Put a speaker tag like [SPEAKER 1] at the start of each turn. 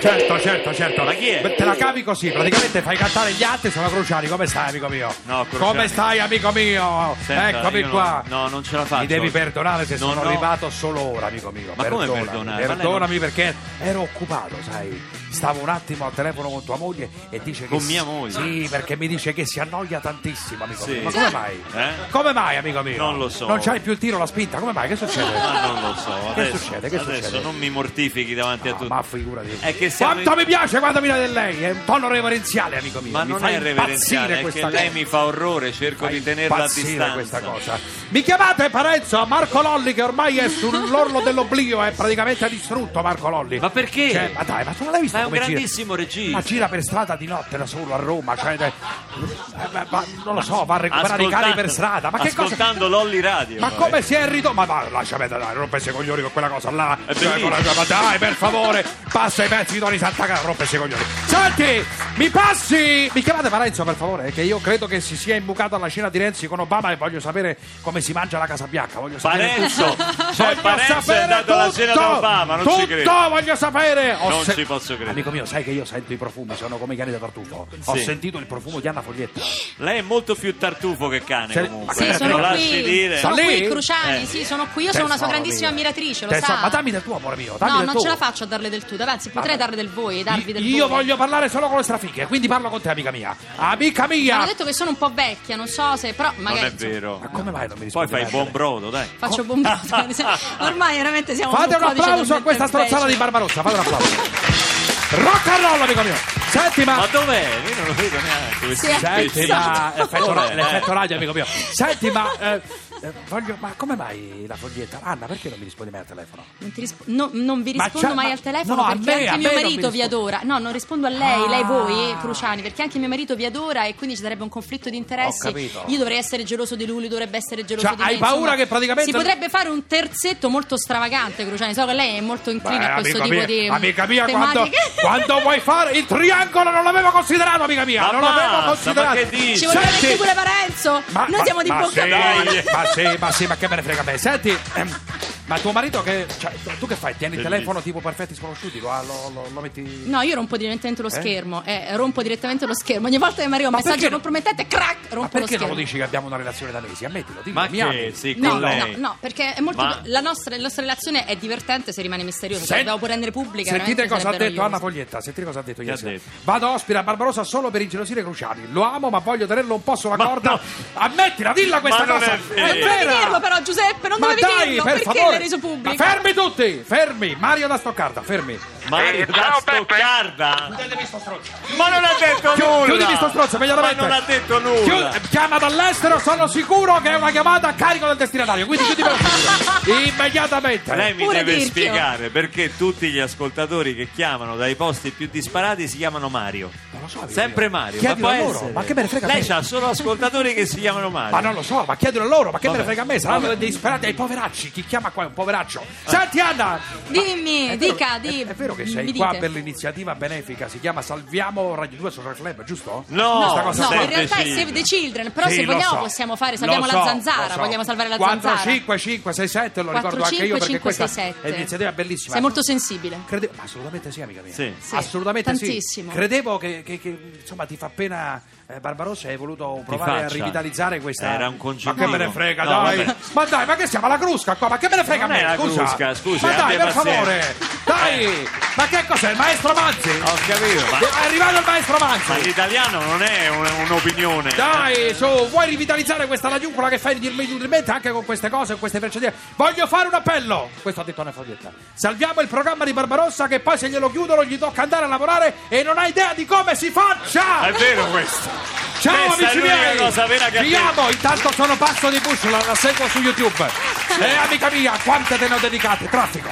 [SPEAKER 1] Certo, certo, certo.
[SPEAKER 2] Ma chi è?
[SPEAKER 1] Beh, Te la cavi così, praticamente fai cantare gli altri, sono cruciali. Come stai, amico mio?
[SPEAKER 2] No, Cruciani.
[SPEAKER 1] Come stai, amico mio?
[SPEAKER 2] Senta,
[SPEAKER 1] Eccomi
[SPEAKER 2] io non-
[SPEAKER 1] qua.
[SPEAKER 2] no, non ce la faccio.
[SPEAKER 1] Mi devi perdonare se
[SPEAKER 2] No,
[SPEAKER 1] sono
[SPEAKER 2] no.
[SPEAKER 1] arrivato solo ora, amico mio.
[SPEAKER 2] Ma come perdonare? Ma lei
[SPEAKER 1] Perdonami perché ero occupato, sai. Stavo un attimo al telefono con tua moglie e dice che.
[SPEAKER 2] Con
[SPEAKER 1] si-
[SPEAKER 2] mia moglie?
[SPEAKER 1] Sì, perché mi dice che si annoia tantissimo, amico
[SPEAKER 2] Sì.
[SPEAKER 1] mio. Ma come mai?
[SPEAKER 2] Eh?
[SPEAKER 1] Come mai, amico mio?
[SPEAKER 2] Non lo so.
[SPEAKER 1] Non c'hai più il tiro, la spinta, come mai? Che succede?
[SPEAKER 2] Ma non lo so.
[SPEAKER 1] Che
[SPEAKER 2] adesso,
[SPEAKER 1] succede? Che
[SPEAKER 2] adesso
[SPEAKER 1] succede?
[SPEAKER 2] non mi mortifichi davanti a
[SPEAKER 1] Ah,
[SPEAKER 2] tutti.
[SPEAKER 1] ma figurati.
[SPEAKER 2] È che siamo
[SPEAKER 1] Quanto
[SPEAKER 2] in-
[SPEAKER 1] mi piace quando mi dà di lei, è un tono reverenziale, amico mio.
[SPEAKER 2] Ma
[SPEAKER 1] mi
[SPEAKER 2] non
[SPEAKER 1] fa
[SPEAKER 2] è reverenziale,
[SPEAKER 1] impazzire
[SPEAKER 2] è che
[SPEAKER 1] questa
[SPEAKER 2] lei
[SPEAKER 1] cosa.
[SPEAKER 2] mi fa orrore, cerco
[SPEAKER 1] Fa
[SPEAKER 2] di tenerla a
[SPEAKER 1] impazzire
[SPEAKER 2] distanza.
[SPEAKER 1] questa cosa. Mi chiamate Parenzo a Marco Lolli che ormai è sull'orlo dell'oblio, è praticamente distrutto Marco Lolli.
[SPEAKER 2] Ma perché?
[SPEAKER 1] Cioè, ma dai, ma tu non l'hai visto
[SPEAKER 2] Ma è un
[SPEAKER 1] come gira?
[SPEAKER 2] grandissimo regista.
[SPEAKER 1] Ma gira per strada di notte da solo a Roma, cioè, eh, ma- ma- non lo so, va a recuperare i cani
[SPEAKER 2] Ascoltando-
[SPEAKER 1] per strada. Ma che cosa?
[SPEAKER 2] Ascoltando Lolly Radio. eh.
[SPEAKER 1] Ma come si è ritornato? Ma va, lasciami dai, rompesse i coglioni con quella cosa là.
[SPEAKER 2] È
[SPEAKER 1] Cioè,
[SPEAKER 2] bellissimo.
[SPEAKER 1] con la- ma dai, per favore, passa i pezzi di Tony Santagana, rompesse i coglioni. Senti, mi passi. Mi chiamate Parenzo, per favore, che io credo che si sia imbucata alla cena di Renzi con Obama e voglio sapere come si mangia la Casa Bianca. Voglio sapere.
[SPEAKER 2] Parenzo! Cioè,
[SPEAKER 1] Voglio
[SPEAKER 2] Parenzo è
[SPEAKER 1] sapere
[SPEAKER 2] andato alla cena
[SPEAKER 1] tutto,
[SPEAKER 2] da Obama, non
[SPEAKER 1] tutto
[SPEAKER 2] ci credo.
[SPEAKER 1] voglio sapere! Ho
[SPEAKER 2] Non ci posso credere.
[SPEAKER 1] Amico mio, sai che io sento i profumi, sono come i cani da tartufo. Ho
[SPEAKER 2] Sì.
[SPEAKER 1] sentito il profumo di Anna Foglietta.
[SPEAKER 2] Lei è molto più tartufo che cane
[SPEAKER 1] Se- ma
[SPEAKER 2] comunque.
[SPEAKER 3] Sì,
[SPEAKER 2] eh,
[SPEAKER 1] che-
[SPEAKER 2] lo
[SPEAKER 3] sono
[SPEAKER 2] lasci
[SPEAKER 3] qui,
[SPEAKER 2] dire.
[SPEAKER 1] Sa-
[SPEAKER 3] sono qui
[SPEAKER 1] lì?
[SPEAKER 3] Cruciani,
[SPEAKER 2] Eh.
[SPEAKER 3] sì, sono qui, io sono una sua
[SPEAKER 1] Tesoro
[SPEAKER 3] grandissima
[SPEAKER 1] mio.
[SPEAKER 3] ammiratrice, lo
[SPEAKER 1] Tesoro,
[SPEAKER 3] sa.
[SPEAKER 1] Ma dammi del tuo, amore mio. Dammi
[SPEAKER 3] no,
[SPEAKER 1] del
[SPEAKER 3] non
[SPEAKER 1] tuo.
[SPEAKER 3] ce la faccio a darle del tu, dai, anzi, potrei darle del voi e darvi del
[SPEAKER 1] Io
[SPEAKER 3] voi.
[SPEAKER 1] voglio parlare solo con le strafighe, quindi parlo con te, amica mia. Amica
[SPEAKER 3] Mi
[SPEAKER 1] mia!
[SPEAKER 3] hanno detto che sono un po' vecchia, non so se, però
[SPEAKER 2] Non
[SPEAKER 3] magari
[SPEAKER 2] è
[SPEAKER 3] insomma,
[SPEAKER 2] vero.
[SPEAKER 1] Ma come mai non mi
[SPEAKER 2] Poi
[SPEAKER 1] rispondi?
[SPEAKER 2] fai il buon brodo, dai.
[SPEAKER 3] faccio bombato. Ormai veramente siamo
[SPEAKER 1] Fate un
[SPEAKER 3] codice
[SPEAKER 1] applauso a
[SPEAKER 3] del
[SPEAKER 1] questa
[SPEAKER 3] perpetuo.
[SPEAKER 1] strozzata di Barbarossa, fate un applauso. Rock and roll, amico mio. Senti, ma
[SPEAKER 2] Ma dov'è? Io non lo vedo neanche.
[SPEAKER 3] Si è
[SPEAKER 1] Senti, ma
[SPEAKER 3] Esatto.
[SPEAKER 1] effetto, ra-
[SPEAKER 2] Dov'è?
[SPEAKER 1] l'effetto radio, amico mio. Senti, ma eh, eh, voglio, ma come mai la foglietta? Anna, perché non mi rispondi mai al telefono?
[SPEAKER 3] Non, ti rispo- no, non vi
[SPEAKER 1] Ma
[SPEAKER 3] rispondo
[SPEAKER 1] c'è-
[SPEAKER 3] mai
[SPEAKER 1] ma-
[SPEAKER 3] al telefono
[SPEAKER 1] no, a
[SPEAKER 3] perché
[SPEAKER 1] me- a
[SPEAKER 3] anche mio
[SPEAKER 1] me non
[SPEAKER 3] marito
[SPEAKER 1] mi
[SPEAKER 3] vi
[SPEAKER 1] rispondo.
[SPEAKER 3] adora. No, non rispondo a lei, lei
[SPEAKER 1] Ah.
[SPEAKER 3] voi, Cruciani, perché anche mio marito vi adora e quindi ci sarebbe un conflitto di interessi.
[SPEAKER 1] Ho capito.
[SPEAKER 3] Io dovrei essere geloso di lui, lui dovrebbe essere geloso
[SPEAKER 1] Cioè,
[SPEAKER 3] di me.
[SPEAKER 1] hai paura
[SPEAKER 3] insomma.
[SPEAKER 1] che praticamente-
[SPEAKER 3] Si potrebbe fare un terzetto molto stravagante, Cruciani. So che lei è molto incline
[SPEAKER 1] Beh,
[SPEAKER 3] a questo
[SPEAKER 1] amica
[SPEAKER 3] tipo
[SPEAKER 1] mia,
[SPEAKER 3] di.
[SPEAKER 1] amica mia quando,
[SPEAKER 3] tematiche.
[SPEAKER 1] quando vuoi fare il triangolo non l'avevo considerato, amica mia.
[SPEAKER 2] Ma
[SPEAKER 1] non
[SPEAKER 2] basta,
[SPEAKER 1] l'avevo
[SPEAKER 2] ma
[SPEAKER 1] considerato.
[SPEAKER 2] che dici?
[SPEAKER 3] Ci vuole
[SPEAKER 1] Senti-
[SPEAKER 3] anche pure Parenzo. Noi siamo di
[SPEAKER 1] ma
[SPEAKER 3] bocca
[SPEAKER 1] sì,
[SPEAKER 3] buona.
[SPEAKER 1] Ma sì, ma sì, ma che me ne frega a me. Senti, ehm, ma tuo marito che. cioè, tu che fai? Tieni il
[SPEAKER 2] Bellissimo.
[SPEAKER 1] telefono tipo perfetti sconosciuti? Lo, lo- lo- lo metti.
[SPEAKER 3] No, io rompo direttamente lo schermo. Eh, rompo direttamente lo schermo. Ogni volta che mi arriva un
[SPEAKER 1] Ma
[SPEAKER 3] messaggio
[SPEAKER 1] perché-
[SPEAKER 3] compromettente, crack,
[SPEAKER 1] ma
[SPEAKER 3] rompo lo
[SPEAKER 1] perché
[SPEAKER 3] schermo.
[SPEAKER 1] non lo dici che abbiamo una relazione da mesi? Ammettilo, dimmi.
[SPEAKER 2] Ma
[SPEAKER 1] mi
[SPEAKER 2] che?
[SPEAKER 1] ami.
[SPEAKER 2] Sì, con
[SPEAKER 3] No, no,
[SPEAKER 2] lei.
[SPEAKER 3] no, perché è molto
[SPEAKER 2] Ma-
[SPEAKER 3] la, nostra, la nostra relazione è divertente se rimane misteriosa.
[SPEAKER 1] Sen-
[SPEAKER 3] Se dobbiamo pure rendere pubblica.
[SPEAKER 1] Sentite
[SPEAKER 3] veramente
[SPEAKER 1] cosa ha detto
[SPEAKER 3] sarebbe
[SPEAKER 1] Anna
[SPEAKER 3] noioso.
[SPEAKER 1] Foglietta. Sentite cosa ha detto ieri
[SPEAKER 2] ha
[SPEAKER 1] sera.
[SPEAKER 2] detto?
[SPEAKER 1] Vado a ospita Barbarossa solo per ingelosire Cruciani. Lo amo, ma voglio tenerlo un po' sulla
[SPEAKER 2] Ma
[SPEAKER 1] corda.
[SPEAKER 2] no.
[SPEAKER 1] Ammettila, dilla questa
[SPEAKER 2] Ma non
[SPEAKER 1] cosa.
[SPEAKER 2] è vero.
[SPEAKER 1] È
[SPEAKER 2] Non
[SPEAKER 3] Eh, Non
[SPEAKER 1] vera.
[SPEAKER 3] dovevi dirlo, però, Giuseppe, non
[SPEAKER 1] ma
[SPEAKER 3] dovevi
[SPEAKER 1] dai,
[SPEAKER 3] dirlo.
[SPEAKER 1] per
[SPEAKER 3] perché
[SPEAKER 1] favore.
[SPEAKER 3] l'hai reso pubblico?
[SPEAKER 1] Ma fermi tutti, fermi. Mario da Stoccarda, fermi.
[SPEAKER 2] Mario
[SPEAKER 4] Eh,
[SPEAKER 2] da
[SPEAKER 4] ciao, Peppe.
[SPEAKER 2] Stoccarda.
[SPEAKER 1] Chiudetemi sto strozzo.
[SPEAKER 2] Ma non ha detto
[SPEAKER 1] Chiu-
[SPEAKER 2] nulla.
[SPEAKER 1] chiudimi sto strozzo,
[SPEAKER 2] Ma
[SPEAKER 1] velocemente.
[SPEAKER 2] non ha detto nulla. Eh,
[SPEAKER 1] Chiu- chiama dall'estero, sono sicuro che è una chiamata a carico del destinatario. Quindi chiudi per favore. Immediatamente.
[SPEAKER 2] Lei mi
[SPEAKER 3] Pure
[SPEAKER 2] deve
[SPEAKER 3] Virchio.
[SPEAKER 2] spiegare perché tutti gli ascoltatori che chiamano dai posti più disparati si chiamano Mario.
[SPEAKER 1] Non lo so, io-
[SPEAKER 2] Sempre Mario.
[SPEAKER 1] Chiedilo
[SPEAKER 2] ma, può
[SPEAKER 1] a loro,
[SPEAKER 2] essere.
[SPEAKER 1] ma che me ne frega a
[SPEAKER 2] Lei
[SPEAKER 1] me.
[SPEAKER 2] ha solo ascoltatori che si chiamano Mario.
[SPEAKER 1] Ma non lo so, ma chiedilo a loro, ma che me ne
[SPEAKER 2] Vabbè.
[SPEAKER 1] frega a me? Saranno dei disperati ai poveracci. Chi chiama qua è un poveraccio. Senti Anna!
[SPEAKER 3] Dimmi,
[SPEAKER 1] È vero-
[SPEAKER 3] dica,
[SPEAKER 1] è-
[SPEAKER 3] di.
[SPEAKER 1] È, vero che sei
[SPEAKER 3] mi
[SPEAKER 1] qua
[SPEAKER 3] dite.
[SPEAKER 1] per l'iniziativa benefica, si chiama Salviamo Radio 2 Social Club, giusto?
[SPEAKER 2] No,
[SPEAKER 1] Questa
[SPEAKER 3] No,
[SPEAKER 1] cosa
[SPEAKER 3] no,
[SPEAKER 1] serve.
[SPEAKER 3] in realtà è
[SPEAKER 2] sì.
[SPEAKER 3] Save the Children, però
[SPEAKER 1] Sì,
[SPEAKER 3] se
[SPEAKER 1] lo
[SPEAKER 3] vogliamo
[SPEAKER 1] so.
[SPEAKER 3] possiamo fare,
[SPEAKER 1] Lo
[SPEAKER 3] salviamo
[SPEAKER 1] so,
[SPEAKER 3] la zanzara,
[SPEAKER 1] lo so.
[SPEAKER 3] vogliamo salvare la
[SPEAKER 1] 4,
[SPEAKER 3] zanzara.
[SPEAKER 1] 5, 5, 6, 7, lo
[SPEAKER 3] 4,
[SPEAKER 1] ricordo anche io
[SPEAKER 3] 5,
[SPEAKER 1] perché
[SPEAKER 3] 5,
[SPEAKER 1] questa
[SPEAKER 3] 6, 7.
[SPEAKER 1] è un'iniziativa bellissima.
[SPEAKER 3] Sei molto sensibile.
[SPEAKER 1] Crede- ma assolutamente sì, amica mia.
[SPEAKER 2] Sì.
[SPEAKER 3] Sì,
[SPEAKER 1] assolutamente
[SPEAKER 3] tantissimo.
[SPEAKER 1] sì. Credevo che, che- che, insomma ti fa pena eh, Barbarossa hai voluto provare a
[SPEAKER 2] faccia.
[SPEAKER 1] rivitalizzare questa
[SPEAKER 2] Era un congiuntivo.
[SPEAKER 1] Ma che me ne frega,
[SPEAKER 2] No,
[SPEAKER 1] dai.
[SPEAKER 2] vabbè.
[SPEAKER 1] Ma dai, ma che siamo alla crusca qua? Ma che me ne frega
[SPEAKER 2] Non
[SPEAKER 1] a
[SPEAKER 2] è
[SPEAKER 1] me?
[SPEAKER 2] la
[SPEAKER 1] scusa.
[SPEAKER 2] crusca, scusi, Eh.
[SPEAKER 1] Ma dai,
[SPEAKER 2] abbia
[SPEAKER 1] per favore.
[SPEAKER 2] pazienza.
[SPEAKER 1] Dai! Ma che cos'è il maestro Manzi?
[SPEAKER 2] Ho capito, ma,
[SPEAKER 1] È arrivato il maestro Manzi.
[SPEAKER 2] ma l'italiano non è un- un'opinione.
[SPEAKER 1] Dai, su, vuoi rivitalizzare questa lagiucola che fai dirmi inutilmente anche con queste cose, con queste frecciatie? Voglio fare un appello! Questo ha detto una foglietta. Salviamo il programma di Barbarossa che poi se glielo chiudono gli tocca andare a lavorare e non ha idea di come si
[SPEAKER 2] È
[SPEAKER 1] faccia!
[SPEAKER 2] vero questo.
[SPEAKER 1] Ciao
[SPEAKER 2] Eh, questa è
[SPEAKER 1] amici
[SPEAKER 2] l'unica
[SPEAKER 1] miei!
[SPEAKER 2] cosa vera che ha
[SPEAKER 1] Vi
[SPEAKER 2] detto.
[SPEAKER 1] amo, intanto Eh, sono Passo di Bush, la, la seguo su YouTube. E amica mia, quante te ne ho dedicate? Traffico!